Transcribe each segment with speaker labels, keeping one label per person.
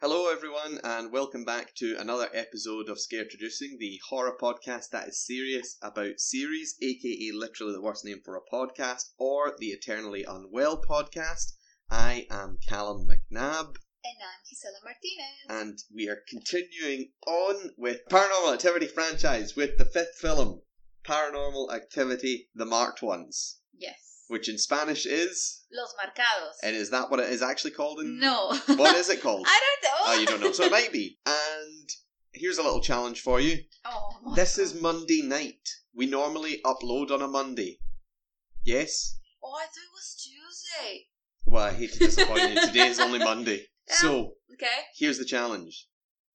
Speaker 1: Hello, everyone, and welcome back to another episode of Scare Traducing, the horror podcast that is serious about series, aka literally the worst name for a podcast, or the Eternally Unwell podcast. I am Callum McNabb,
Speaker 2: And I'm Gisela Martinez.
Speaker 1: and we are continuing on with Paranormal Activity franchise with the fifth film, Paranormal Activity: The Marked Ones,
Speaker 2: yes.
Speaker 1: which in Spanish is,
Speaker 2: Los marcados.
Speaker 1: and is that what it is actually called in?
Speaker 2: no.
Speaker 1: What is it called?
Speaker 2: I don't know.
Speaker 1: Oh, you don't know. So it might be. And here's a little challenge for you.
Speaker 2: Oh, my
Speaker 1: This
Speaker 2: God.
Speaker 1: is Monday night. We normally upload on a Monday. Yes?
Speaker 2: Oh, I thought it was Tuesday.
Speaker 1: Well, I hate to disappoint you. Today is only Monday. So
Speaker 2: Okay.
Speaker 1: here's the challenge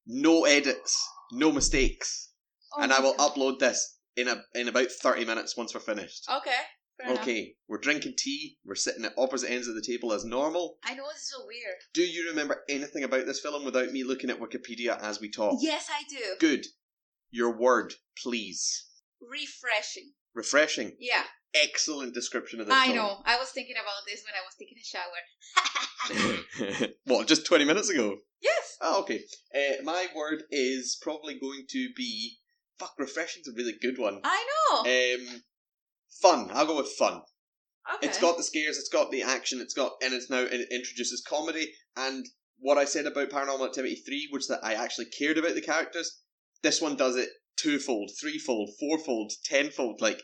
Speaker 1: no edits, no mistakes.
Speaker 2: Oh
Speaker 1: and
Speaker 2: my
Speaker 1: I will
Speaker 2: God.
Speaker 1: upload this in, a, in about 30 minutes once we're finished.
Speaker 2: Okay. Oh, Fair enough.
Speaker 1: Okay, we're drinking tea. We're sitting at opposite ends of the table as normal.
Speaker 2: I know this is so weird.
Speaker 1: Do you remember anything about this film without me looking at Wikipedia as we talk?
Speaker 2: Yes, I do.
Speaker 1: Good. Your word, please.
Speaker 2: Refreshing.
Speaker 1: Refreshing.
Speaker 2: Yeah.
Speaker 1: Excellent description of this
Speaker 2: I
Speaker 1: film.
Speaker 2: know. I was thinking about this when I was taking a shower.
Speaker 1: what, just 20 minutes ago?
Speaker 2: yes.
Speaker 1: Oh, okay. Uh, my word is probably going to be. Fuck, refreshing's a really good one.
Speaker 2: I know.
Speaker 1: Um, fun. I'll go with fun.
Speaker 2: okay.
Speaker 1: It's got the scares, it's got the action, it's got. And it's now. And it introduces comedy. And what I said about Paranormal Activity 3 was that I actually cared about the characters. This one does it twofold, threefold, fourfold, tenfold. Like,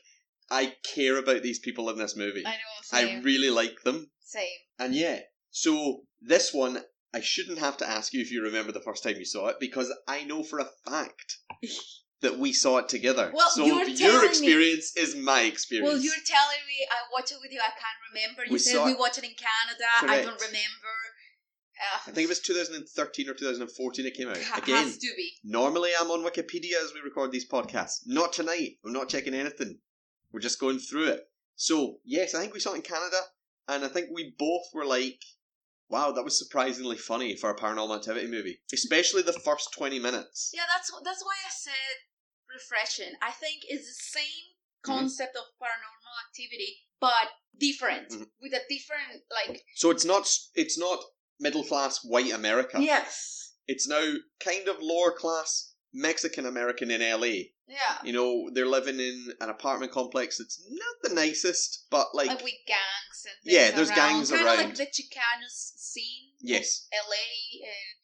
Speaker 1: I care about these people in this movie.
Speaker 2: I know.
Speaker 1: I
Speaker 2: Same.
Speaker 1: really like them.
Speaker 2: same.
Speaker 1: And yeah, so this one, I shouldn't have to ask you if you remember the first time you saw it because I know for a fact that we saw it together.
Speaker 2: Well,
Speaker 1: so
Speaker 2: you're telling
Speaker 1: your
Speaker 2: me-
Speaker 1: experience is my experience.
Speaker 2: Well, you're telling me I watched it with you. I can't remember. You
Speaker 1: We
Speaker 2: said
Speaker 1: saw
Speaker 2: we
Speaker 1: it-
Speaker 2: watched it in Canada. I don't
Speaker 1: Correct.
Speaker 2: remember.
Speaker 1: I
Speaker 2: Uh,
Speaker 1: think it was 2013 or 2014 it came out.
Speaker 2: ha-
Speaker 1: Again,
Speaker 2: has to be.
Speaker 1: normally I'm on Wikipedia as we record these podcasts. Not tonight. I'm not checking anything. We're just going through it. So, yes, I think we saw it in Canada, and I think we both were like, wow, that was surprisingly funny for a paranormal activity movie, especially the first 20 minutes.
Speaker 2: Yeah, that's wh- that's why I said refreshing. I think it's the same
Speaker 1: Mm-hmm.
Speaker 2: concept of paranormal activity, but different
Speaker 1: Mhm.
Speaker 2: with a different like.
Speaker 1: So it's not it's not middle class white America.
Speaker 2: Yes.
Speaker 1: It's now kind of lower class Mexican American in LA.
Speaker 2: Yeah.
Speaker 1: You know, they're living in an apartment complex that's not the nicest, but like,
Speaker 2: Like with gangs and things
Speaker 1: Yeah, there's
Speaker 2: around.
Speaker 1: gangs
Speaker 2: Kinda
Speaker 1: around.
Speaker 2: like the Chicano s- scene.
Speaker 1: yes.
Speaker 2: LA and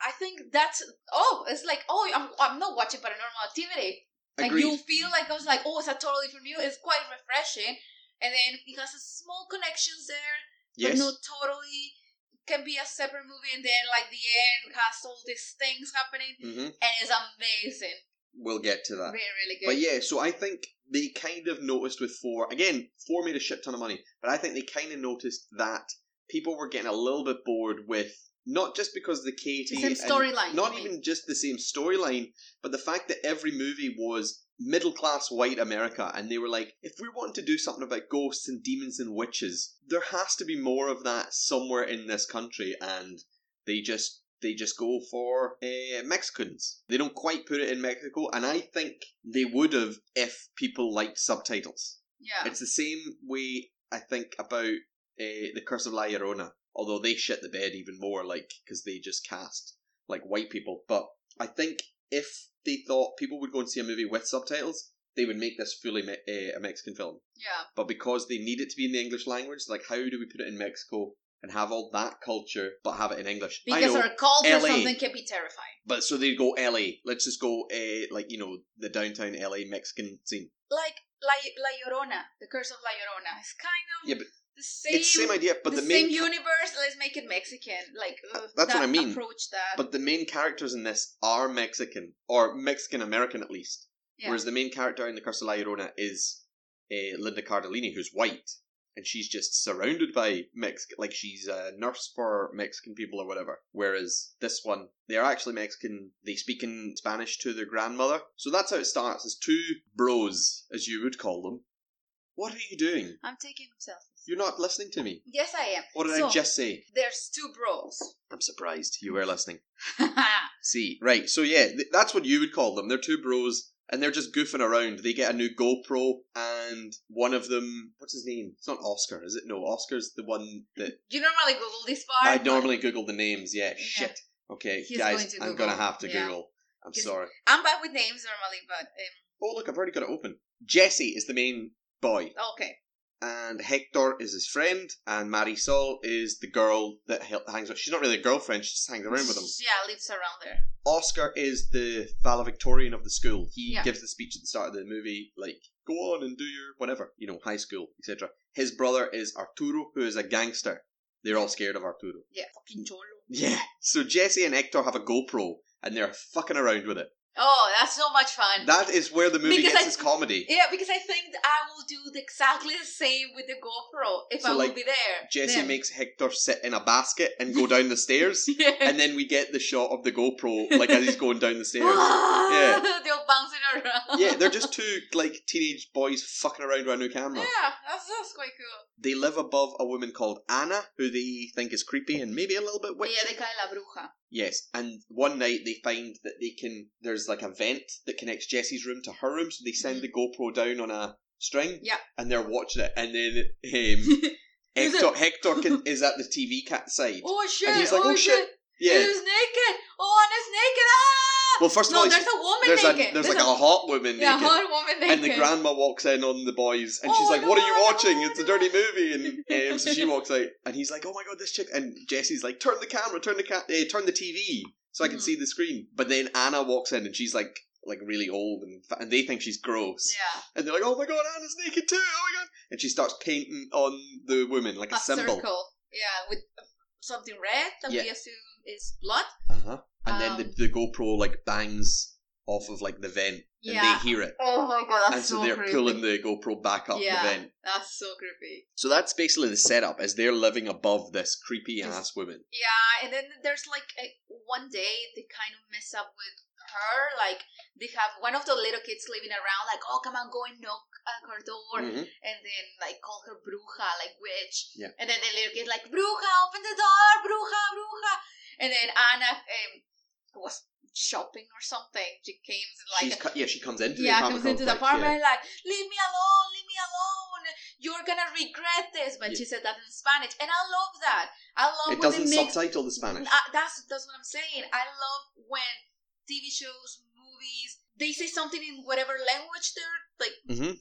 Speaker 2: I think that's oh it's like oh I'm I'm not watching paranormal activity like
Speaker 1: Agreed.
Speaker 2: you feel like I was like oh it's a totally different view it's quite refreshing and then it has a small connections there
Speaker 1: yes.
Speaker 2: but not totally can be a separate movie and then like the end has all these things happening
Speaker 1: hmm
Speaker 2: and it's amazing
Speaker 1: We'll get to that.
Speaker 2: really really good
Speaker 1: Uh, But yeah, so I think they kind of noticed with four again, four made a shit ton of money, but I think they kind of noticed that people were getting a little bit bored with not just because the Katie
Speaker 2: The same
Speaker 1: and-
Speaker 2: storyline,
Speaker 1: not
Speaker 2: you mean?
Speaker 1: even just the same storyline, but the fact that every movie was middle class white America, and they were like, if we want to do something about ghosts and demons and witches, there has to be more of that somewhere in this country, and they just they just go for uh, Mexicans. They don't quite put it in Mexico, and I think they would have if people liked subtitles.
Speaker 2: yeah
Speaker 1: It's the same way I think about uh, the Curse of La Llorona, although they shit the bed even more, like because they just cast like white people. But I think if they thought people would go and see a movie with subtitles, they would make this fully me- uh, a Mexican film.
Speaker 2: yeah
Speaker 1: But because they need it to be in the English language, like how do we put it in Mexico and have all that culture but have it in English? I
Speaker 2: because
Speaker 1: know,
Speaker 2: our culture
Speaker 1: LA.
Speaker 2: something can be terrifying
Speaker 1: but so they go LA. Let's just go uh, like you know the downtown LA Mexican scene.
Speaker 2: like La, La Llorona the curse of La Llorona it's kind of
Speaker 1: Yeah, but
Speaker 2: the same
Speaker 1: It's the same idea, but
Speaker 2: the,
Speaker 1: the, main Uh,
Speaker 2: same universe. Let's make it Mexican. Like ugh,
Speaker 1: That's
Speaker 2: that
Speaker 1: what I mean.
Speaker 2: Approach that.
Speaker 1: But the main characters in this are Mexican, or Mexican American at least.
Speaker 2: Yeah.
Speaker 1: Whereas the main character in The Curse of La Llorona is uh, Linda Cardellini, who's white, and she's just surrounded by Mexican, like she's a nurse for Mexican people or whatever. Whereas this one, they're actually Mexican, they speak in Spanish to their grandmother. So that's how it starts. It's two bros, as you would call them. What are you doing?
Speaker 2: I'm taking selfies.
Speaker 1: You're not listening to me.
Speaker 2: Yes, I am.
Speaker 1: What did
Speaker 2: so,
Speaker 1: I just say?
Speaker 2: There's two bros.
Speaker 1: I'm surprised you were listening.
Speaker 2: yeah,
Speaker 1: See, right. So yeah, th- that's what you would call them. They're two bros, and they're just goofing around. They get a new GoPro, and one of them, what's his name? It's not Oscar, is it? No, Oscar's the one that
Speaker 2: you normally Google this part.
Speaker 1: I
Speaker 2: but-
Speaker 1: normally Google the names. Yeah, shit. Okay,
Speaker 2: He's going
Speaker 1: guys,
Speaker 2: to
Speaker 1: I'm
Speaker 2: Google.
Speaker 1: going to have to
Speaker 2: Yeah.
Speaker 1: Google. I'm
Speaker 2: Just-
Speaker 1: sorry.
Speaker 2: I'm bad with names normally, but um,
Speaker 1: Oh, look, I've already got it open. Jesse is the main boy,
Speaker 2: okay.
Speaker 1: and Hector is his friend, and Marisol is the girl that hel- hangs out. She's not really a girlfriend, she just hangs around with him.
Speaker 2: Yeah, lives around there.
Speaker 1: Oscar is the valedictorian of the school. He
Speaker 2: Yeah.
Speaker 1: gives the speech at the start of the movie, like, go on and do your whatever, you know, high school, etc. His brother is Arturo, who is a gangster. They're all scared of Arturo.
Speaker 2: Yeah, fucking cholo.
Speaker 1: Yeah. So Jesse and Hector have a GoPro, and they're fucking around with it.
Speaker 2: Oh, that's so much fun.
Speaker 1: That is where the movie
Speaker 2: Because
Speaker 1: gets
Speaker 2: I-
Speaker 1: its comedy.
Speaker 2: yeah, because I think that I will do the, exactly the same with the GoPro if
Speaker 1: So,
Speaker 2: I will
Speaker 1: like,
Speaker 2: be there.
Speaker 1: Jesse
Speaker 2: then.
Speaker 1: makes Hector sit in a basket and go down the stairs,
Speaker 2: yeah.
Speaker 1: and then we get the shot of the GoPro, like, as he's going down the stairs.
Speaker 2: yeah. They're bouncing around.
Speaker 1: Yeah, they're just two, like, teenage boys fucking around with a new camera.
Speaker 2: Yeah, that's, that's quite cool.
Speaker 1: They live above a woman called Anna, who they think is creepy and maybe a little bit witchy.
Speaker 2: yeah, they call it La Bruja.
Speaker 1: Yes, and one night they find that they can. There's like a vent that connects Jesse's room to her room, so they send the GoPro down on a string.
Speaker 2: Yeah.
Speaker 1: and they're watching it, and then um,
Speaker 2: Is
Speaker 1: Hector Hector can, is at the TV cat side.
Speaker 2: Oh shit!
Speaker 1: he's like,
Speaker 2: oh,
Speaker 1: "Oh, shit."
Speaker 2: shit!
Speaker 1: yeah.
Speaker 2: He was naked! Oh, and it's naked! Ah!
Speaker 1: Well, first of
Speaker 2: no,
Speaker 1: all,
Speaker 2: there's
Speaker 1: he's-
Speaker 2: a woman
Speaker 1: there's,
Speaker 2: naked.
Speaker 1: a, there's like a, hot woman
Speaker 2: yeah,
Speaker 1: naked.
Speaker 2: hot woman naked.
Speaker 1: and the grandma walks in on the boys, and
Speaker 2: Oh,
Speaker 1: she's like, "What are you
Speaker 2: no,
Speaker 1: watching?
Speaker 2: no,
Speaker 1: it's a
Speaker 2: no."
Speaker 1: dirty movie." And um, so she walks out, and he's like, "Oh my god, this chick!" And Jesse's like, "Turn the camera, turn the cat, eh, turn the TV, so I can
Speaker 2: Mhm.
Speaker 1: see the screen." But then Anna walks in, and she's like, like really old, and fa- and they think she's gross,
Speaker 2: Yeah,
Speaker 1: and they're like, "Oh my god, Anna's naked too! Oh my god!" And she starts painting on the woman like a,
Speaker 2: a
Speaker 1: symbol,
Speaker 2: circle. Yeah, with something red that we assume is blood.
Speaker 1: uh-huh. and then
Speaker 2: Um,
Speaker 1: the, the GoPro like bangs off of like the vent, and
Speaker 2: Yeah.
Speaker 1: they hear it,
Speaker 2: Oh my god, that's
Speaker 1: and so,
Speaker 2: so
Speaker 1: they're
Speaker 2: creepy.
Speaker 1: pulling the GoPro back up
Speaker 2: Yeah.
Speaker 1: the vent.
Speaker 2: That's so creepy.
Speaker 1: So that's basically the setup, as they're living above this creepy ass woman.
Speaker 2: Yeah, and then there's like a, one day they kind of mess up with her. Like they have one of the little kids living around. Like, oh come on, go and knock at her door.
Speaker 1: Mhm.
Speaker 2: and then like call her bruja, like witch.
Speaker 1: Yeah.
Speaker 2: And then the little kid like bruja, open the door, bruja, bruja. And then Anna um, was shopping or something. She came
Speaker 1: She's
Speaker 2: like
Speaker 1: co- yeah, she comes into the
Speaker 2: yeah, comes
Speaker 1: apartment.
Speaker 2: into the
Speaker 1: complex,
Speaker 2: apartment like leave me alone, leave me alone. You're gonna regret this. But
Speaker 1: Yeah.
Speaker 2: she said that in Spanish, and I love that. I
Speaker 1: yeah.
Speaker 2: love
Speaker 1: It
Speaker 2: when they
Speaker 1: doesn't
Speaker 2: mix
Speaker 1: subtitle the Spanish.
Speaker 2: uh, that's that's what I'm saying. I love when TV shows, movies, they say something in whatever language they're like
Speaker 1: Mhm.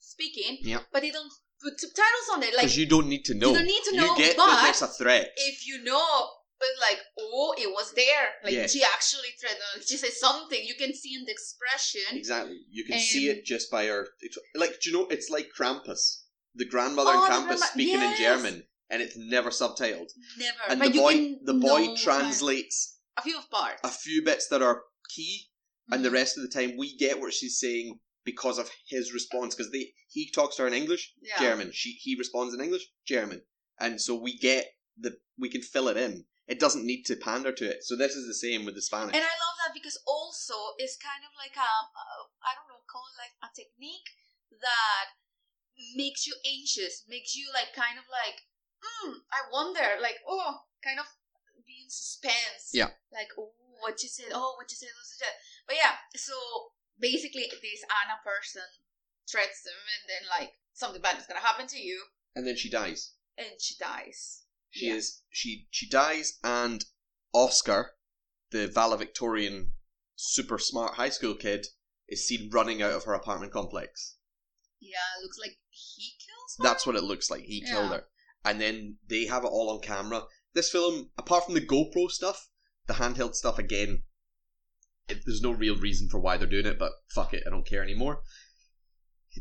Speaker 2: speaking,
Speaker 1: Yeah.
Speaker 2: but they don't put subtitles on it. Like
Speaker 1: Because you don't need to know.
Speaker 2: don't need to
Speaker 1: You
Speaker 2: know,
Speaker 1: get that
Speaker 2: but-
Speaker 1: there's a threat.
Speaker 2: if you know, but like oh, it was there. Like
Speaker 1: Yeah.
Speaker 2: she actually tried. to- She said something. You can see in the expression.
Speaker 1: Exactly. You can
Speaker 2: Um,
Speaker 1: see it just by her. it's- Like, do you know, it's like Krampus. The grandmother
Speaker 2: Oh,
Speaker 1: and
Speaker 2: the
Speaker 1: Krampus
Speaker 2: grandma-
Speaker 1: speaking
Speaker 2: yes.
Speaker 1: in German, and it's never subtitled.
Speaker 2: Never.
Speaker 1: And
Speaker 2: but
Speaker 1: the
Speaker 2: you
Speaker 1: boy,
Speaker 2: can
Speaker 1: the boy
Speaker 2: know
Speaker 1: translates
Speaker 2: a few parts.
Speaker 1: a few bits that are key and the
Speaker 2: Mhm.
Speaker 1: rest of the time we get what she's saying because of his response because they he talks to her in English,
Speaker 2: Yeah.
Speaker 1: German. She he responds in English, German, and so we get the we can fill it in. It doesn't need to pander to it. So this is the same with the Spanish.
Speaker 2: And I love that because also it's kind of like a, a I don't know, call it like a technique that makes you anxious, makes you like kind of like, hmm, I wonder, like oh, kind of be in suspense.
Speaker 1: Yeah.
Speaker 2: Like oh, what you said, oh, what you said, what you said. But yeah, so basically this Anna person threats them, and then like something bad is gonna happen to you,
Speaker 1: and then she dies.
Speaker 2: and she dies.
Speaker 1: She
Speaker 2: Yeah.
Speaker 1: is she she dies and Oscar, the valedictorian super smart high school kid, is seen running out of her apartment complex.
Speaker 2: Yeah, looks like he kills her.
Speaker 1: That's what it looks like. He killed
Speaker 2: Yeah.
Speaker 1: her. And then they have it all on camera. This film, apart from the GoPro stuff, the handheld stuff again, it, there's no real reason for why they're doing it, but fuck it, I don't care anymore.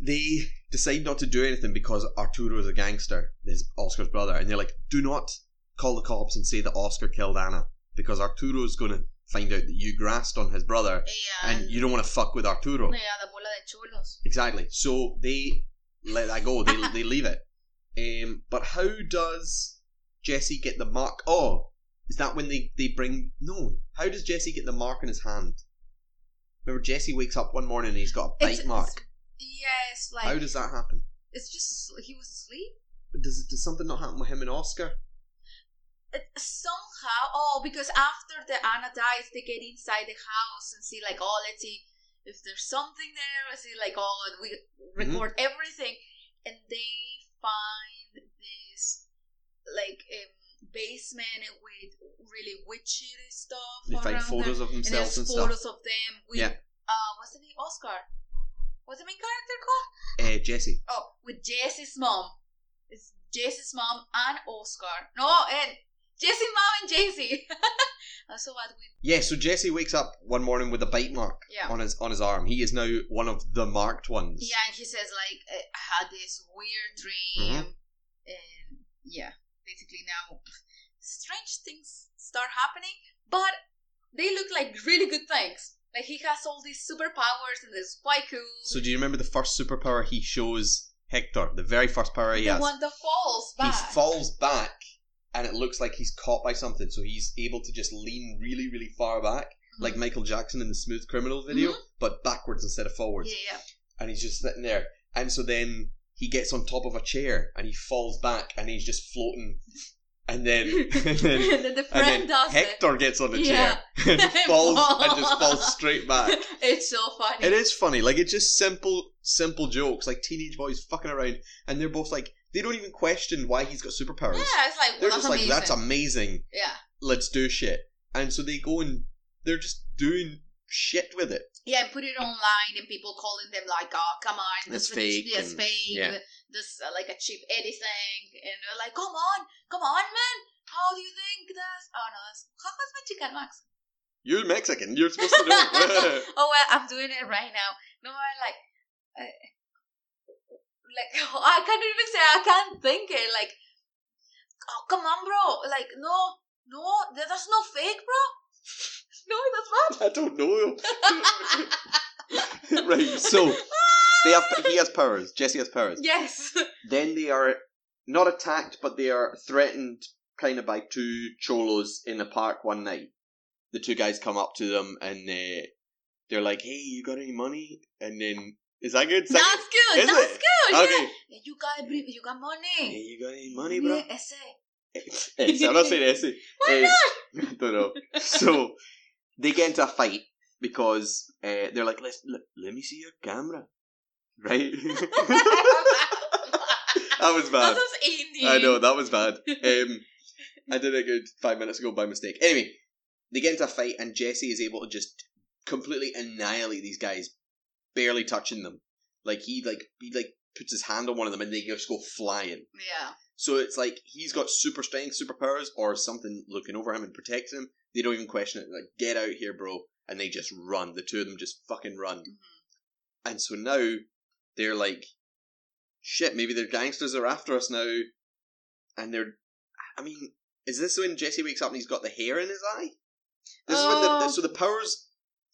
Speaker 1: They decide not to do anything because Arturo is a gangster, his Oscar's brother, and they're like, do not call the cops and say that Oscar killed Anna because Arturo's going to find out that you grassed on his brother
Speaker 2: Yeah,
Speaker 1: and you don't want to fuck with Arturo.
Speaker 2: yeah, la bola de chulos.
Speaker 1: Exactly. So they let that go. They they leave it. Um, but how does Jesse get the mark? Oh, is that when they they bring? No. How does Jesse get the mark on his hand? Remember, Jesse wakes up one morning and he's got a bite
Speaker 2: It's-
Speaker 1: mark.
Speaker 2: Yes, like
Speaker 1: How does that happen?
Speaker 2: it's just he was asleep
Speaker 1: Does does something not happen with him and Oscar?
Speaker 2: It- somehow. Oh, because after the Anna dies, they get inside the house and see like, oh, let's see if there's something there. Let's see like, oh, and we record
Speaker 1: Mm-hmm.
Speaker 2: everything, and they find this like um, basement with really witchy stuff.
Speaker 1: They find
Speaker 2: around
Speaker 1: photos
Speaker 2: them.
Speaker 1: of
Speaker 2: and there's
Speaker 1: themselves and,
Speaker 2: photos
Speaker 1: stuff.
Speaker 2: of them with
Speaker 1: Yeah.
Speaker 2: uh, what's the name? Oscar. What's the main character called?
Speaker 1: Uh, Jesse.
Speaker 2: Oh, with Jesse's mom. It's Jesse's mom and Oscar. No, and Jesse's mom and Jesse. Also, what with
Speaker 1: Yeah, so Jesse wakes up one morning with a bite mark
Speaker 2: yeah.
Speaker 1: on his on his arm. He is now one of the marked ones.
Speaker 2: Yeah, and he says like eh, I had this weird dream,
Speaker 1: Mm-hmm.
Speaker 2: and yeah, basically now strange things start happening, but they look like really good things. Like he has all these superpowers and this quite cool.
Speaker 1: So do you remember the first superpower he shows Hector? The very first power he
Speaker 2: the
Speaker 1: has.
Speaker 2: one that falls
Speaker 1: he
Speaker 2: back.
Speaker 1: falls back and it looks like he's caught by something so he's able to just lean really really far back
Speaker 2: Mm-hmm.
Speaker 1: like michael jackson in the smooth criminal video but backwards instead of forwards
Speaker 2: yeah, yeah.
Speaker 1: and he's just sitting there and so then he gets on top of a chair and he falls back and he's just floating and then and then,
Speaker 2: and then the
Speaker 1: and
Speaker 2: friend
Speaker 1: then
Speaker 2: does
Speaker 1: hector gets on the
Speaker 2: Yeah.
Speaker 1: chair and falls and just
Speaker 2: Falls.
Speaker 1: falls straight back
Speaker 2: it. it's so funny.
Speaker 1: it is funny. Like it's just simple, simple jokes, like teenage boys fucking around, and they're both like they don't even question why he's got superpowers.
Speaker 2: Yeah, it's like
Speaker 1: They're
Speaker 2: well,
Speaker 1: just
Speaker 2: that's amazing.
Speaker 1: like, that's amazing.
Speaker 2: yeah.
Speaker 1: Let's do shit. And so they go and they're just doing shit with it.
Speaker 2: Yeah, and put it online, and people calling them like, "Oh, come on,
Speaker 1: That's
Speaker 2: this
Speaker 1: fake
Speaker 2: Yeah, it's
Speaker 1: and-
Speaker 2: fake.
Speaker 1: yeah.
Speaker 2: This uh, like a cheap editing." And they're like, "Come on, come on, man! How do you think this? Oh no, that's how is my chicken Max?
Speaker 1: You're Mexican. You're supposed to know. it.
Speaker 2: oh well, I'm doing it right now. No, I like, uh, like I can't even say I can't think it. Like, oh come on, bro! Like no, no, that- that's not fake, bro. No, that's not.
Speaker 1: I don't know. right. So they have. He has powers. Jesse has powers.
Speaker 2: Yes.
Speaker 1: Then they are not attacked, but they are threatened kind of by two cholos in a park one night. The two guys come up to them and uh, they're like, "Hey, you got any money?" And then is that good? Is that
Speaker 2: That's good.
Speaker 1: Is
Speaker 2: that's
Speaker 1: it?
Speaker 2: good.
Speaker 1: good?
Speaker 2: Yeah.
Speaker 1: Okay.
Speaker 2: Yeah, you got every- you got
Speaker 1: Hey,
Speaker 2: money.
Speaker 1: you got any money, bro?
Speaker 2: Yeah, ese.
Speaker 1: Yes, I'm not saying essay.
Speaker 2: Why
Speaker 1: I don't know. So they get into a fight because uh, they're like, Let's, let, "Let me see your camera," right? that was
Speaker 2: that
Speaker 1: bad.
Speaker 2: sounds Indian.
Speaker 1: I know that was bad. Um, I did a good five minutes ago by mistake. Anyway, they get into a fight, and Jesse is able to just completely annihilate these guys, barely touching them. Like he like he like puts his hand on one of them, and they just go flying.
Speaker 2: Yeah.
Speaker 1: So it's like he's got super strength, superpowers, or something looking over him and protecting him. They don't even question it. Like, get out here, bro. And they just run. The two of them just fucking run. And so now they're like, shit, maybe their gangsters are after us now. And they're. I mean, is this when Jesse wakes up and he's got the hair in his eye? This is when the.
Speaker 2: Oh.
Speaker 1: So the powers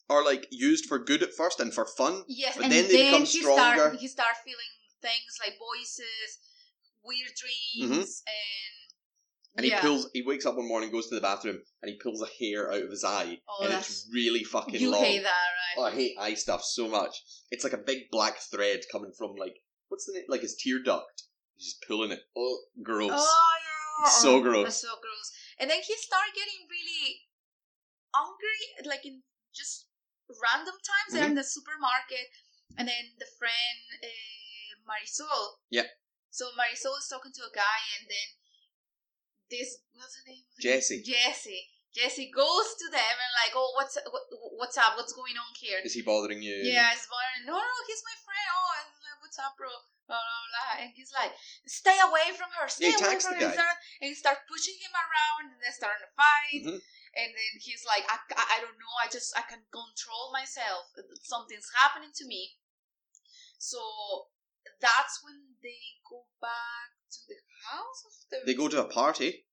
Speaker 1: are like used for good at first and for fun.
Speaker 2: Yes,
Speaker 1: But
Speaker 2: and
Speaker 1: then
Speaker 2: then,
Speaker 1: they become
Speaker 2: he
Speaker 1: stronger.
Speaker 2: start he start feeling things like voices, weird dreams,
Speaker 1: Mm-hmm.
Speaker 2: and
Speaker 1: And
Speaker 2: yeah.
Speaker 1: he pulls. He wakes up one morning, goes to the bathroom, and he pulls a hair out of his eye,
Speaker 2: Oh,
Speaker 1: and
Speaker 2: that's
Speaker 1: it's really fucking
Speaker 2: you
Speaker 1: long.
Speaker 2: hate that,
Speaker 1: Oh,
Speaker 2: right?
Speaker 1: I hate eye stuff so much. It's like a big black thread coming from like what's the name? Like his tear duct. He's just pulling it. Oh, gross.
Speaker 2: Oh, yeah.
Speaker 1: So
Speaker 2: Oh,
Speaker 1: gross.
Speaker 2: That's so gross. And then he start getting really hungry, like in just random times. They're
Speaker 1: Mm-hmm.
Speaker 2: in the supermarket, and then the friend uh, Marisol.
Speaker 1: Yeah.
Speaker 2: So Marisol is talking to a guy, and then this what's the name?
Speaker 1: Jesse.
Speaker 2: Jesse. Jesse goes to them and like, oh, what's what, what's up? What's going on here?
Speaker 1: Is he bothering you?
Speaker 2: Yeah, it's boring. No, no, he's my friend. Oh, and he's like, what's up, bro? Blah blah blah. And he's like, stay away from her. Stay
Speaker 1: Yeah, he
Speaker 2: away
Speaker 1: attacks
Speaker 2: from
Speaker 1: the
Speaker 2: her.
Speaker 1: guy.
Speaker 2: Start- And he start pushing him around, and they start a fight.
Speaker 1: Mhm.
Speaker 2: And then he's like, I, I, I don't know. I just I can't control myself. Something's happening to me. So that's when they go back to the house. Of the
Speaker 1: They go to a party.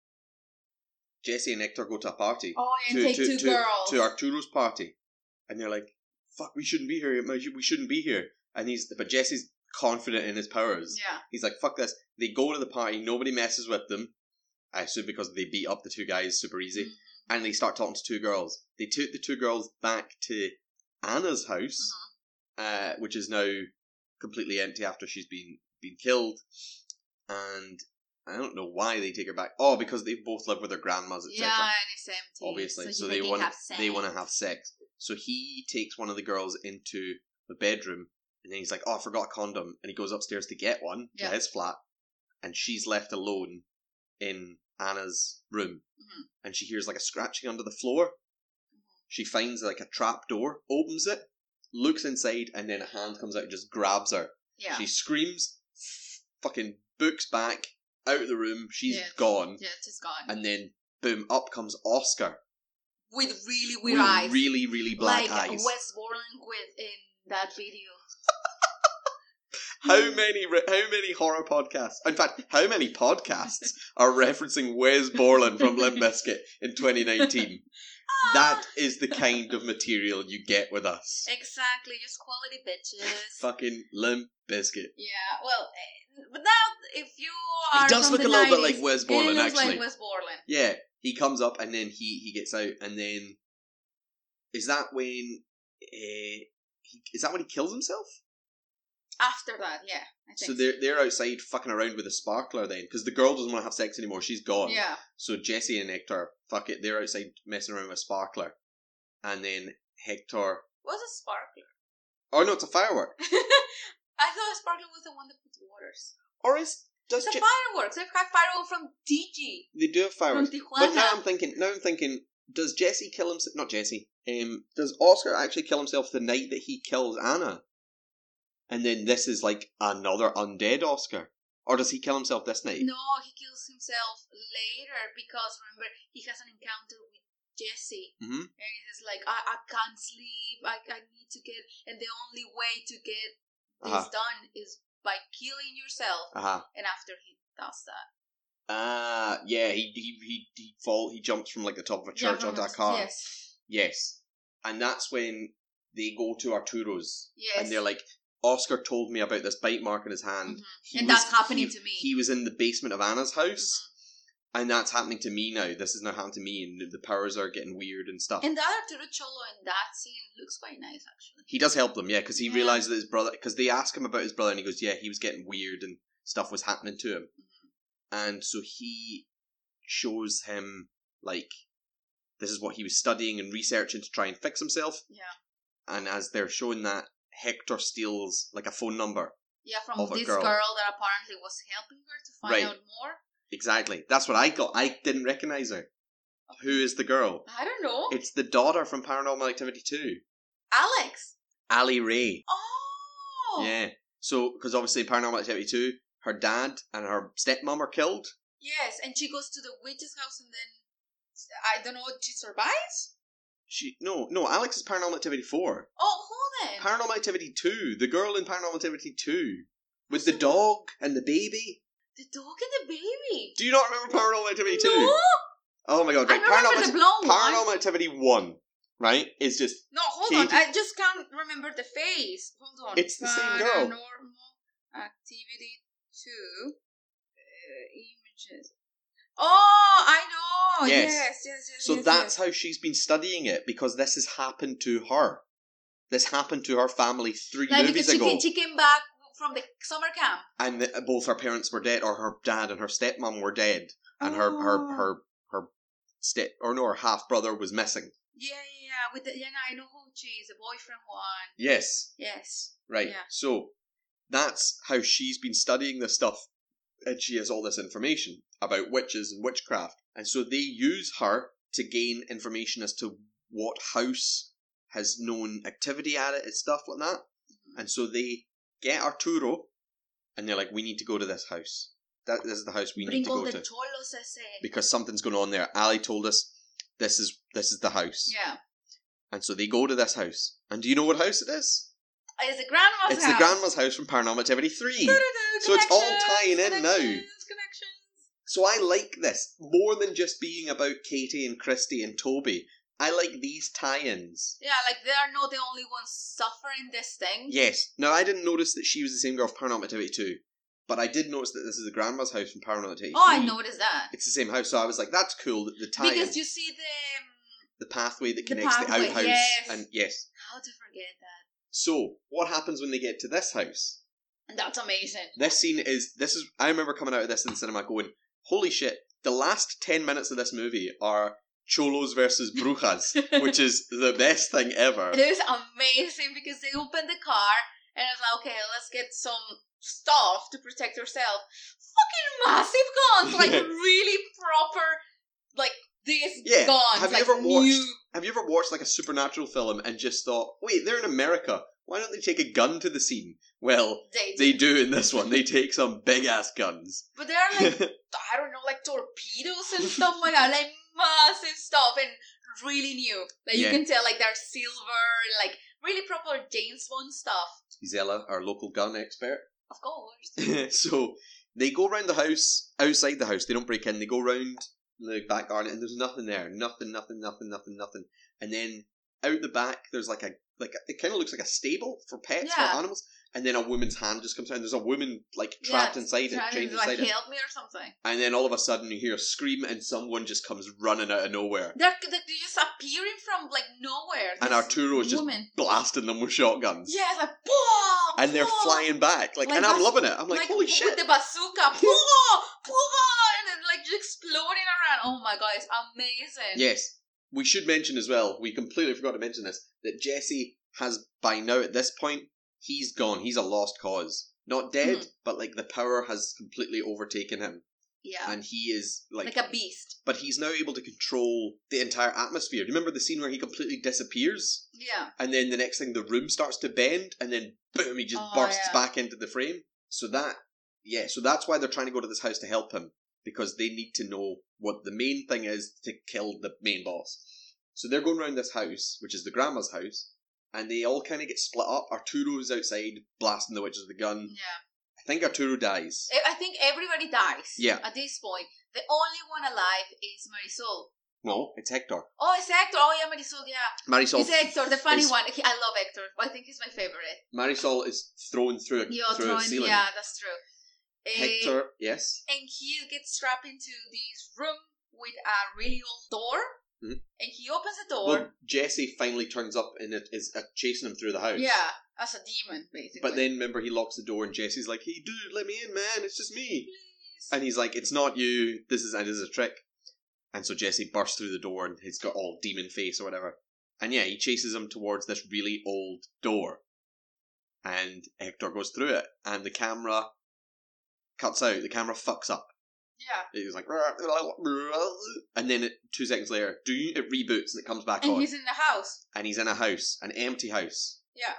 Speaker 1: Jesse and Hector go to a party.
Speaker 2: Oh, and take two
Speaker 1: to,
Speaker 2: girls.
Speaker 1: to Arturo's party, and they're like, "Fuck, we shouldn't be here. We shouldn't be here." And he's but Jesse's confident in his powers.
Speaker 2: yeah.
Speaker 1: He's like, fuck this. They go to the party, nobody messes with them. I assume because they beat up the two guys super easy.
Speaker 2: Mhm.
Speaker 1: And they start talking to two girls. They took the two girls back to Anna's house, uh, which is now completely empty after she's been, been killed. And I don't know why they take her back. Oh, because they've both lived with their grandmas, etc.
Speaker 2: Yeah, and it's empty.
Speaker 1: Obviously. So,
Speaker 2: he's
Speaker 1: they
Speaker 2: like,
Speaker 1: want
Speaker 2: have sex.
Speaker 1: they want to have sex. So he takes one of the girls into the bedroom, and then he's like, "Oh, I forgot a condom," and he goes upstairs to get one
Speaker 2: Yeah.
Speaker 1: to his flat, and she's left alone in Anna's room
Speaker 2: Mhm.
Speaker 1: and she hears like a scratching under the floor.
Speaker 2: Mm-hmm.
Speaker 1: She finds like a trap door, opens it, looks inside, and then a hand comes out and just grabs her.
Speaker 2: Yeah.
Speaker 1: She screams, fucking books back, out of the room, She's
Speaker 2: Yes.
Speaker 1: gone.
Speaker 2: yeah, it's just gone.
Speaker 1: And then boom, up comes Oscar.
Speaker 2: with really weird
Speaker 1: with
Speaker 2: eyes.
Speaker 1: Really, really black
Speaker 2: like
Speaker 1: eyes.
Speaker 2: Wes Borland with in that video.
Speaker 1: How many re- how many horror podcasts? In fact, how many podcasts are referencing Wes Borland from Limp Bizkit in 2019?
Speaker 2: Ah!
Speaker 1: That is the kind of material you get with us.
Speaker 2: Exactly, just quality bitches.
Speaker 1: Fucking Limp Bizkit.
Speaker 2: Yeah, well, eh, but now if you are
Speaker 1: does
Speaker 2: from
Speaker 1: look a
Speaker 2: the
Speaker 1: little bit
Speaker 2: 90s,
Speaker 1: like Wes Borland,
Speaker 2: It looks
Speaker 1: actually.
Speaker 2: like Wes Borland.
Speaker 1: Yeah, he comes up and then he he gets out and then is that when uh, he, is that when he kills himself?
Speaker 2: After that, yeah, I think.
Speaker 1: So they're they're outside fucking around with a sparkler then because the girl doesn't want to have sex anymore. She's gone.
Speaker 2: yeah,
Speaker 1: So Jesse and Hector, fuck it, they're outside messing around with Sparkler. And then Hector.
Speaker 2: what's a sparkler?
Speaker 1: Oh no, it's a firework.
Speaker 2: I thought a sparkler was the one that put waters.
Speaker 1: Or is. Does
Speaker 2: It's a
Speaker 1: Je-
Speaker 2: fireworks. They've got fireworks from DG
Speaker 1: they do have
Speaker 2: from
Speaker 1: fireworks. But now I'm
Speaker 2: Tijuana.
Speaker 1: thinking, now I'm thinking, does Jesse kill himself? Not Jesse. Um, does Oscar actually kill himself the night that he kills Anna? And then this is like another undead Oscar? Or does he kill himself this night?
Speaker 2: No, he kills himself later because remember he has an encounter with Jesse.
Speaker 1: hmm
Speaker 2: and he's like, I, I can't sleep, I, I need to get, and the only way to get this
Speaker 1: Uh-huh.
Speaker 2: done is by killing yourself.
Speaker 1: Uh-huh.
Speaker 2: And after he does that,
Speaker 1: Ah, yeah, he, he, he, he fall, he jumps from like the top of a
Speaker 2: Yeah,
Speaker 1: church onto a
Speaker 2: remember-
Speaker 1: car.
Speaker 2: Yes,
Speaker 1: Yes. And that's when they go to Arturo's
Speaker 2: yes,
Speaker 1: and they're like, Oscar told me about this bite mark on his hand.
Speaker 2: Mhm.
Speaker 1: He
Speaker 2: And
Speaker 1: was-
Speaker 2: that's happening
Speaker 1: he-
Speaker 2: to me.
Speaker 1: He was in the basement of Anna's house,
Speaker 2: Mhm.
Speaker 1: and that's happening to me now. This is now happening to me, and the powers are getting weird and stuff.
Speaker 2: And the other Cholo in that scene looks quite nice actually.
Speaker 1: he does help them, yeah, because he
Speaker 2: Yeah.
Speaker 1: realizes that his brother. Because they ask him about his brother, and he goes, "Yeah, he was getting weird, and stuff was happening to him."
Speaker 2: Mm-hmm.
Speaker 1: And so he shows him like this is what he was studying and researching to try and fix himself.
Speaker 2: Yeah.
Speaker 1: And as they're showing that, Hector steals like a phone number.
Speaker 2: Yeah, from
Speaker 1: Of a
Speaker 2: this
Speaker 1: girl.
Speaker 2: girl. that apparently was helping her to find
Speaker 1: Right.
Speaker 2: out more.
Speaker 1: Exactly. That's what I got. I didn't recognize her. Who is the girl?
Speaker 2: I don't know.
Speaker 1: It's the daughter from Paranormal Activity 2,
Speaker 2: Alex.
Speaker 1: Ali Ray.
Speaker 2: Oh.
Speaker 1: Yeah. So, because obviously Paranormal Activity 2, her dad and her stepmom are killed.
Speaker 2: Yes, and she goes to the witch's house and then I don't know. She survives.
Speaker 1: She no no Alex is Paranormal Activity 4.
Speaker 2: Oh, who then?
Speaker 1: Paranormal Activity 2, the girl in Paranormal Activity 2 with the dog and the baby.
Speaker 2: The dog and the baby.
Speaker 1: Do you not remember Paranormal Activity 2?
Speaker 2: No,
Speaker 1: Oh my god,
Speaker 2: I
Speaker 1: right.
Speaker 2: remember
Speaker 1: Paranormal,
Speaker 2: the blonde one.
Speaker 1: Paranormal Activity 1, right? Is just
Speaker 2: No, hold on.
Speaker 1: Katie-
Speaker 2: I just can't remember the face. Hold on.
Speaker 1: It's the same girl.
Speaker 2: Paranormal activity two uh, images. Oh, I know.
Speaker 1: Yes.
Speaker 2: Yes, yes, yes.
Speaker 1: So
Speaker 2: yes,
Speaker 1: that's
Speaker 2: yes.
Speaker 1: how she's been studying it because this has happened to her. This happened to her family three
Speaker 2: like
Speaker 1: movies
Speaker 2: because she,
Speaker 1: ago,
Speaker 2: came, she came back from the summer camp.
Speaker 1: and the, both her parents were dead, or her dad and her stepmom were dead, and her her
Speaker 2: Oh.
Speaker 1: her her step or no, her half brother was missing.
Speaker 2: Yeah, yeah, yeah. With the, yeah, I know who she is. The boyfriend one.
Speaker 1: Yes,
Speaker 2: Yes.
Speaker 1: right.
Speaker 2: Yeah.
Speaker 1: So that's how she's been studying this stuff, and she has all this information about witches and witchcraft, and so they use her to gain information as to what house has known activity at it and stuff like that.
Speaker 2: Mm-hmm.
Speaker 1: And so they get Arturo, and they're like, "We need to go to this house. That this is the house we
Speaker 2: Bring
Speaker 1: need to
Speaker 2: all
Speaker 1: go
Speaker 2: the
Speaker 1: to
Speaker 2: cholos, I say.
Speaker 1: because something's going on there." Ali told us this is this is the house,
Speaker 2: Yeah.
Speaker 1: and so they go to this house. And do you know what house it is?
Speaker 2: Ah, It's the grandma's
Speaker 1: it's
Speaker 2: house.
Speaker 1: the grandma's house from Paranormal Activity Three.
Speaker 2: Da-da-da,
Speaker 1: So it's all
Speaker 2: connections,
Speaker 1: tying in now.
Speaker 2: connections, connections.
Speaker 1: so I like this more than just being about Katie and Christy and Toby. I like these tie-ins.
Speaker 2: Yeah, like they are not the only ones suffering this thing.
Speaker 1: Yes. Now I didn't notice that she was the same girl from Paranormal Activity Two, but I did notice that this is the grandma's house from Paranormal Activity.
Speaker 2: Oh, I
Speaker 1: Three.
Speaker 2: noticed that.
Speaker 1: It's the same house, so I was like, "That's cool." That the tie-in.
Speaker 2: Because you see the. um,
Speaker 1: the pathway that
Speaker 2: The
Speaker 1: connects the,
Speaker 2: pathway,
Speaker 1: outhouse
Speaker 2: yes.
Speaker 1: and yes
Speaker 2: How to forget that.
Speaker 1: so what happens when they get to this house
Speaker 2: And that's amazing.
Speaker 1: this scene is this is i remember coming out of this in the cinema going holy shit the last 10 minutes of this movie are cholos versus brujas which is the best thing ever
Speaker 2: It is amazing because they open the car and it's like, okay, let's get some stuff to protect herself. Fucking massive guns, like
Speaker 1: Yeah.
Speaker 2: really proper, like this
Speaker 1: Yeah,
Speaker 2: guns.
Speaker 1: have you
Speaker 2: like
Speaker 1: ever watched-
Speaker 2: new-
Speaker 1: Have you ever watched like a supernatural film and just thought, wait, they're in America. Why don't they take a gun to the scene? Well,
Speaker 2: They,
Speaker 1: they do in this one. They take some big ass guns.
Speaker 2: but they're like I don't know, like torpedoes and stuff like that, like massive stuff and really new. Like
Speaker 1: Yeah.
Speaker 2: you can tell, like they're silver, and, like really proper James Bond stuff.
Speaker 1: Zella, our local gun expert.
Speaker 2: Of course.
Speaker 1: so they go round the house, outside the house. They don't break in. They go round the back garden, and there's nothing there. Nothing, nothing, nothing, nothing, nothing. And then out the back, there's like a like a, it kind of looks like a stable for pets
Speaker 2: Yeah.
Speaker 1: for animals. And then a woman's hand just comes out. And there's a woman like trapped
Speaker 2: Yeah,
Speaker 1: inside it,
Speaker 2: trying
Speaker 1: chained
Speaker 2: to like
Speaker 1: inside it.
Speaker 2: help me or something.
Speaker 1: And then all of a sudden, you hear a scream, and someone just comes running out of nowhere.
Speaker 2: They're, they're they're just appearing from like nowhere.
Speaker 1: And
Speaker 2: This
Speaker 1: Arturo is just
Speaker 2: woman.
Speaker 1: blasting them with shotguns.
Speaker 2: Yeah, it's like boom,
Speaker 1: And they're
Speaker 2: boom,
Speaker 1: flying back, like,
Speaker 2: Like
Speaker 1: and I'm
Speaker 2: that's-
Speaker 1: loving it. I'm like, holy
Speaker 2: with
Speaker 1: shit!
Speaker 2: the bazooka, boom, boom, and then like just exploding around. Oh my god, it's amazing.
Speaker 1: Yes. We should mention as well, we completely forgot to mention this, that Jesse has by now at this point, he's gone. He's a lost cause. Not dead, but like the power has completely overtaken him.
Speaker 2: yeah,
Speaker 1: And he is like,
Speaker 2: like a beast.
Speaker 1: but he's now able to control the entire atmosphere. Do you remember the scene where he completely disappears?
Speaker 2: Yeah.
Speaker 1: And then the next thing the room starts to bend and then boom he just
Speaker 2: Oh,
Speaker 1: bursts
Speaker 2: yeah.
Speaker 1: back into the frame. So that yeah, so that's why they're trying to go to this house to help him. Because they need to know what the main thing is to kill the main boss. So they're going around this house, which is the grandma's house, and they all kind of get split up. Arturo's outside blasting the witches with the gun.
Speaker 2: Yeah.
Speaker 1: I think Arturo dies.
Speaker 2: I- I think everybody dies.
Speaker 1: Yeah.
Speaker 2: At this point, the only one alive is Marisol.
Speaker 1: No, it's Hector.
Speaker 2: Oh, it's Hector. Oh yeah, Marisol. Yeah,
Speaker 1: Marisol.
Speaker 2: it's Hector, the funny
Speaker 1: is-
Speaker 2: one. He, I love Hector. I think he's my favorite.
Speaker 1: Marisol is thrown through a,
Speaker 2: Yo,
Speaker 1: through a
Speaker 2: throwing-
Speaker 1: ceiling.
Speaker 2: yeah, that's true. Eh,
Speaker 1: Hector, yes.
Speaker 2: and he gets trapped into this room with a really old door,
Speaker 1: Mhm.
Speaker 2: and he opens the door.
Speaker 1: Well, Jesse finally turns up and it is uh, chasing him through the house.
Speaker 2: yeah, as a demon, basically.
Speaker 1: But then remember, he locks the door and Jesse's like, "Hey, dude, let me in, man. It's just me."
Speaker 2: Please.
Speaker 1: And he's like, "It's not you. This is and this is a trick." And so Jesse bursts through the door and he's got all demon face or whatever. And yeah, he chases him towards this really old door. And Hector goes through it, and the camera cuts out. The camera fucks up.
Speaker 2: yeah,
Speaker 1: It's like, "Rah, rah, rah," and then it, two seconds later, do it reboots and it comes back
Speaker 2: and
Speaker 1: on
Speaker 2: he's in the house.
Speaker 1: and he's in a house, an empty house.
Speaker 2: Yeah.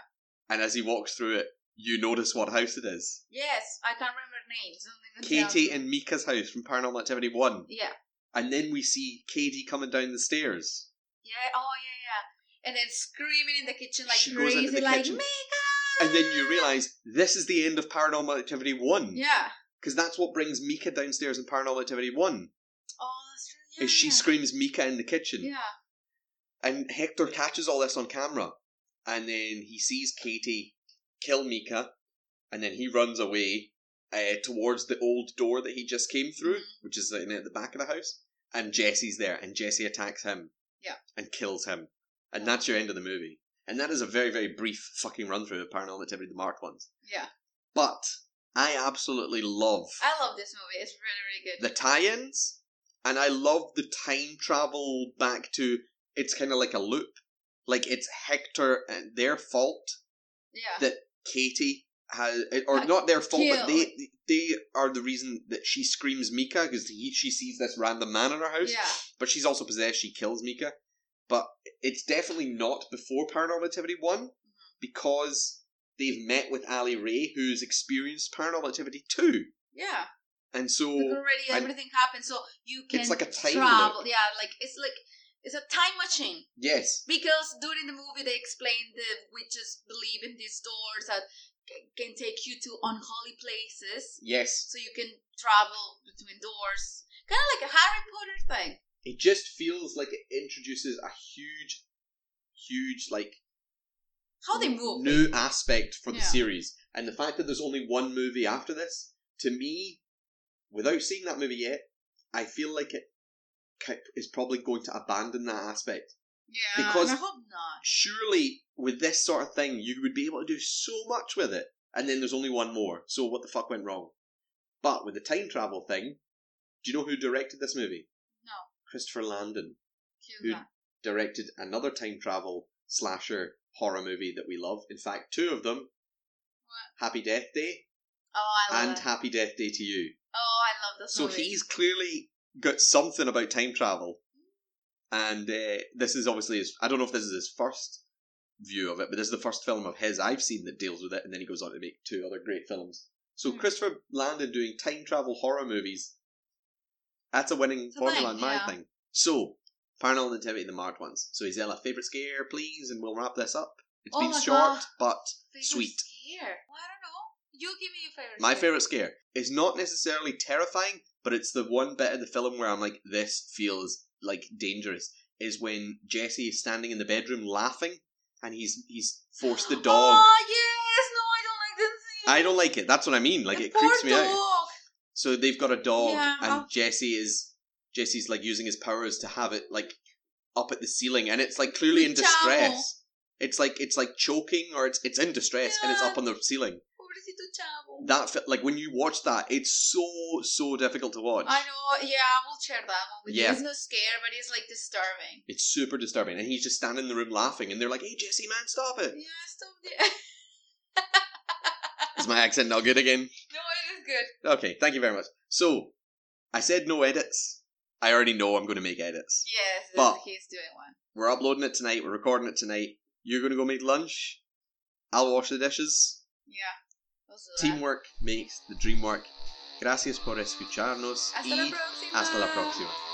Speaker 1: And as he walks through it, you notice what house it is.
Speaker 2: Yes, I can't remember names. Something that
Speaker 1: Katie
Speaker 2: sounds-
Speaker 1: and Mika's house from Paranormal Activity 1.
Speaker 2: Yeah.
Speaker 1: And then we see Katie coming down the stairs.
Speaker 2: Yeah, oh yeah, yeah. And then screaming in the kitchen like
Speaker 1: She goes
Speaker 2: crazy,
Speaker 1: into the
Speaker 2: like
Speaker 1: kitchen.
Speaker 2: Mega.
Speaker 1: And then you realise this is the end of Paranormal Activity 1.
Speaker 2: Yeah.
Speaker 1: Because that's what brings Mika downstairs in Paranormal Activity 1.
Speaker 2: Oh, that's true. Yeah.
Speaker 1: Is she
Speaker 2: yeah.
Speaker 1: screams Mika in the kitchen.
Speaker 2: Yeah.
Speaker 1: And Hector catches all this on camera. And then he sees Katie kill Mika. And then he runs away uh, towards the old door that he just came through,
Speaker 2: Mhm.
Speaker 1: which is in at the back of the house. And Jesse's there. And Jesse attacks him.
Speaker 2: Yeah.
Speaker 1: And kills him. And that's your end of the movie. And that is a very, very brief fucking run through of Paranormal Activity, the marked ones.
Speaker 2: Yeah.
Speaker 1: But I absolutely love
Speaker 2: I love this movie. It's really, really good.
Speaker 1: the tie-ins, and I love the time travel back to. It's kind of like a loop, like it's Hector and their fault.
Speaker 2: yeah.
Speaker 1: the- Katie has, or
Speaker 2: Uh,
Speaker 1: not their fault, but
Speaker 2: kill.
Speaker 1: they they are the reason that she screams Mika because she sees this random man in her house.
Speaker 2: yeah.
Speaker 1: But she's also possessed. She kills Mika, but it's definitely not before Paranormal Activity one
Speaker 2: Mm-hmm.
Speaker 1: because they've met with Ali Ray, who's experienced Paranormal Activity two,
Speaker 2: Yeah.
Speaker 1: and so
Speaker 2: Like already
Speaker 1: Oh, and-
Speaker 2: everything happened, so you can
Speaker 1: It's like a time
Speaker 2: travel.
Speaker 1: loop.
Speaker 2: Yeah, like it's like it's a time machine.
Speaker 1: yes,
Speaker 2: Because during the movie they explain the witches believe in these doors that c- can take you to unholy places.
Speaker 1: Yes.
Speaker 2: So you can travel between doors. Kinda like a Harry Potter thing.
Speaker 1: It just feels like it introduces a huge, huge, like,
Speaker 2: How they move.
Speaker 1: new aspect for the
Speaker 2: Yeah.
Speaker 1: series. And the fact that there's only one movie after this, to me, without seeing that movie yet, I feel like it ki- is probably going to abandon that aspect.
Speaker 2: Yeah,
Speaker 1: Because-
Speaker 2: and I hope not.
Speaker 1: Surely, with this sort of thing, you would be able to do so much with it. And then there's only one more, so what the fuck went wrong? But with the time travel thing, do you know who directed this movie?
Speaker 2: No.
Speaker 1: Christopher Landon.
Speaker 2: Kill
Speaker 1: Who-
Speaker 2: that.
Speaker 1: directed another time travel slasher horror movie that we love. In fact, two of them. Happy Death Day
Speaker 2: Oh, I love
Speaker 1: and
Speaker 2: that.
Speaker 1: Happy Death Day to You.
Speaker 2: Oh, I love this
Speaker 1: So
Speaker 2: movie.
Speaker 1: he's clearly got something about time travel, and uh, this is obviously his. I don't know if this is his first view of it, but this is the first film of his I've seen that deals with it, and then he goes on to make two other great films. So
Speaker 2: Hmm.
Speaker 1: Christopher Landon doing time travel horror movies. That's a winning
Speaker 2: It's a
Speaker 1: formula
Speaker 2: thing,
Speaker 1: in my
Speaker 2: yeah.
Speaker 1: thing. So Paranormal Activity, the marked ones. So Isella, favorite scare, please, and we'll wrap this up. It's
Speaker 2: Oh
Speaker 1: been
Speaker 2: my
Speaker 1: short,
Speaker 2: God.
Speaker 1: but
Speaker 2: favorite
Speaker 1: sweet.
Speaker 2: Scare. Well, I don't know. You give me your favorite.
Speaker 1: My
Speaker 2: scare.
Speaker 1: favorite scare is not necessarily terrifying, but it's the one bit of the film where I'm like, this feels like dangerous. Is when Jesse is standing in the bedroom laughing, and he's he's forced the dog.
Speaker 2: Oh yes, no, I don't like this scene.
Speaker 1: I don't like it. That's what I mean. Like
Speaker 2: The
Speaker 1: it
Speaker 2: poor
Speaker 1: creeps me
Speaker 2: dog.
Speaker 1: out. So they've got a dog,
Speaker 2: Yeah. oh.
Speaker 1: and Jesse is Jesse's like using his powers to have it like up at the ceiling, and it's like clearly in
Speaker 2: Chao.
Speaker 1: distress. It's like it's like choking, or it's it's in distress, and it's
Speaker 2: Yeah.
Speaker 1: up on the ceiling.
Speaker 2: Pobrecito chavo.
Speaker 1: That fe- like when you watch that, it's so so difficult to watch.
Speaker 2: I know. Yeah, I will share that one with
Speaker 1: Yeah.
Speaker 2: you. It's not scare, but it's like disturbing.
Speaker 1: It's super disturbing. And he's just standing in the room laughing, and they're like, hey, Jesse, man, stop it.
Speaker 2: Yeah, stop there.
Speaker 1: Is my accent not good again?
Speaker 2: no, it is good.
Speaker 1: Okay, thank you very much. So, I said no edits. I already know I'm going to make edits.
Speaker 2: Yes, this-
Speaker 1: But-
Speaker 2: he's doing one.
Speaker 1: We're uploading it tonight, we're recording it tonight. You're going to go make lunch. I'll wash the dishes.
Speaker 2: Yeah. Those are that.
Speaker 1: Teamwork makes the dream work. Gracias por escucharnos.
Speaker 2: Hasta
Speaker 1: y
Speaker 2: la próxima.
Speaker 1: hasta la próxima.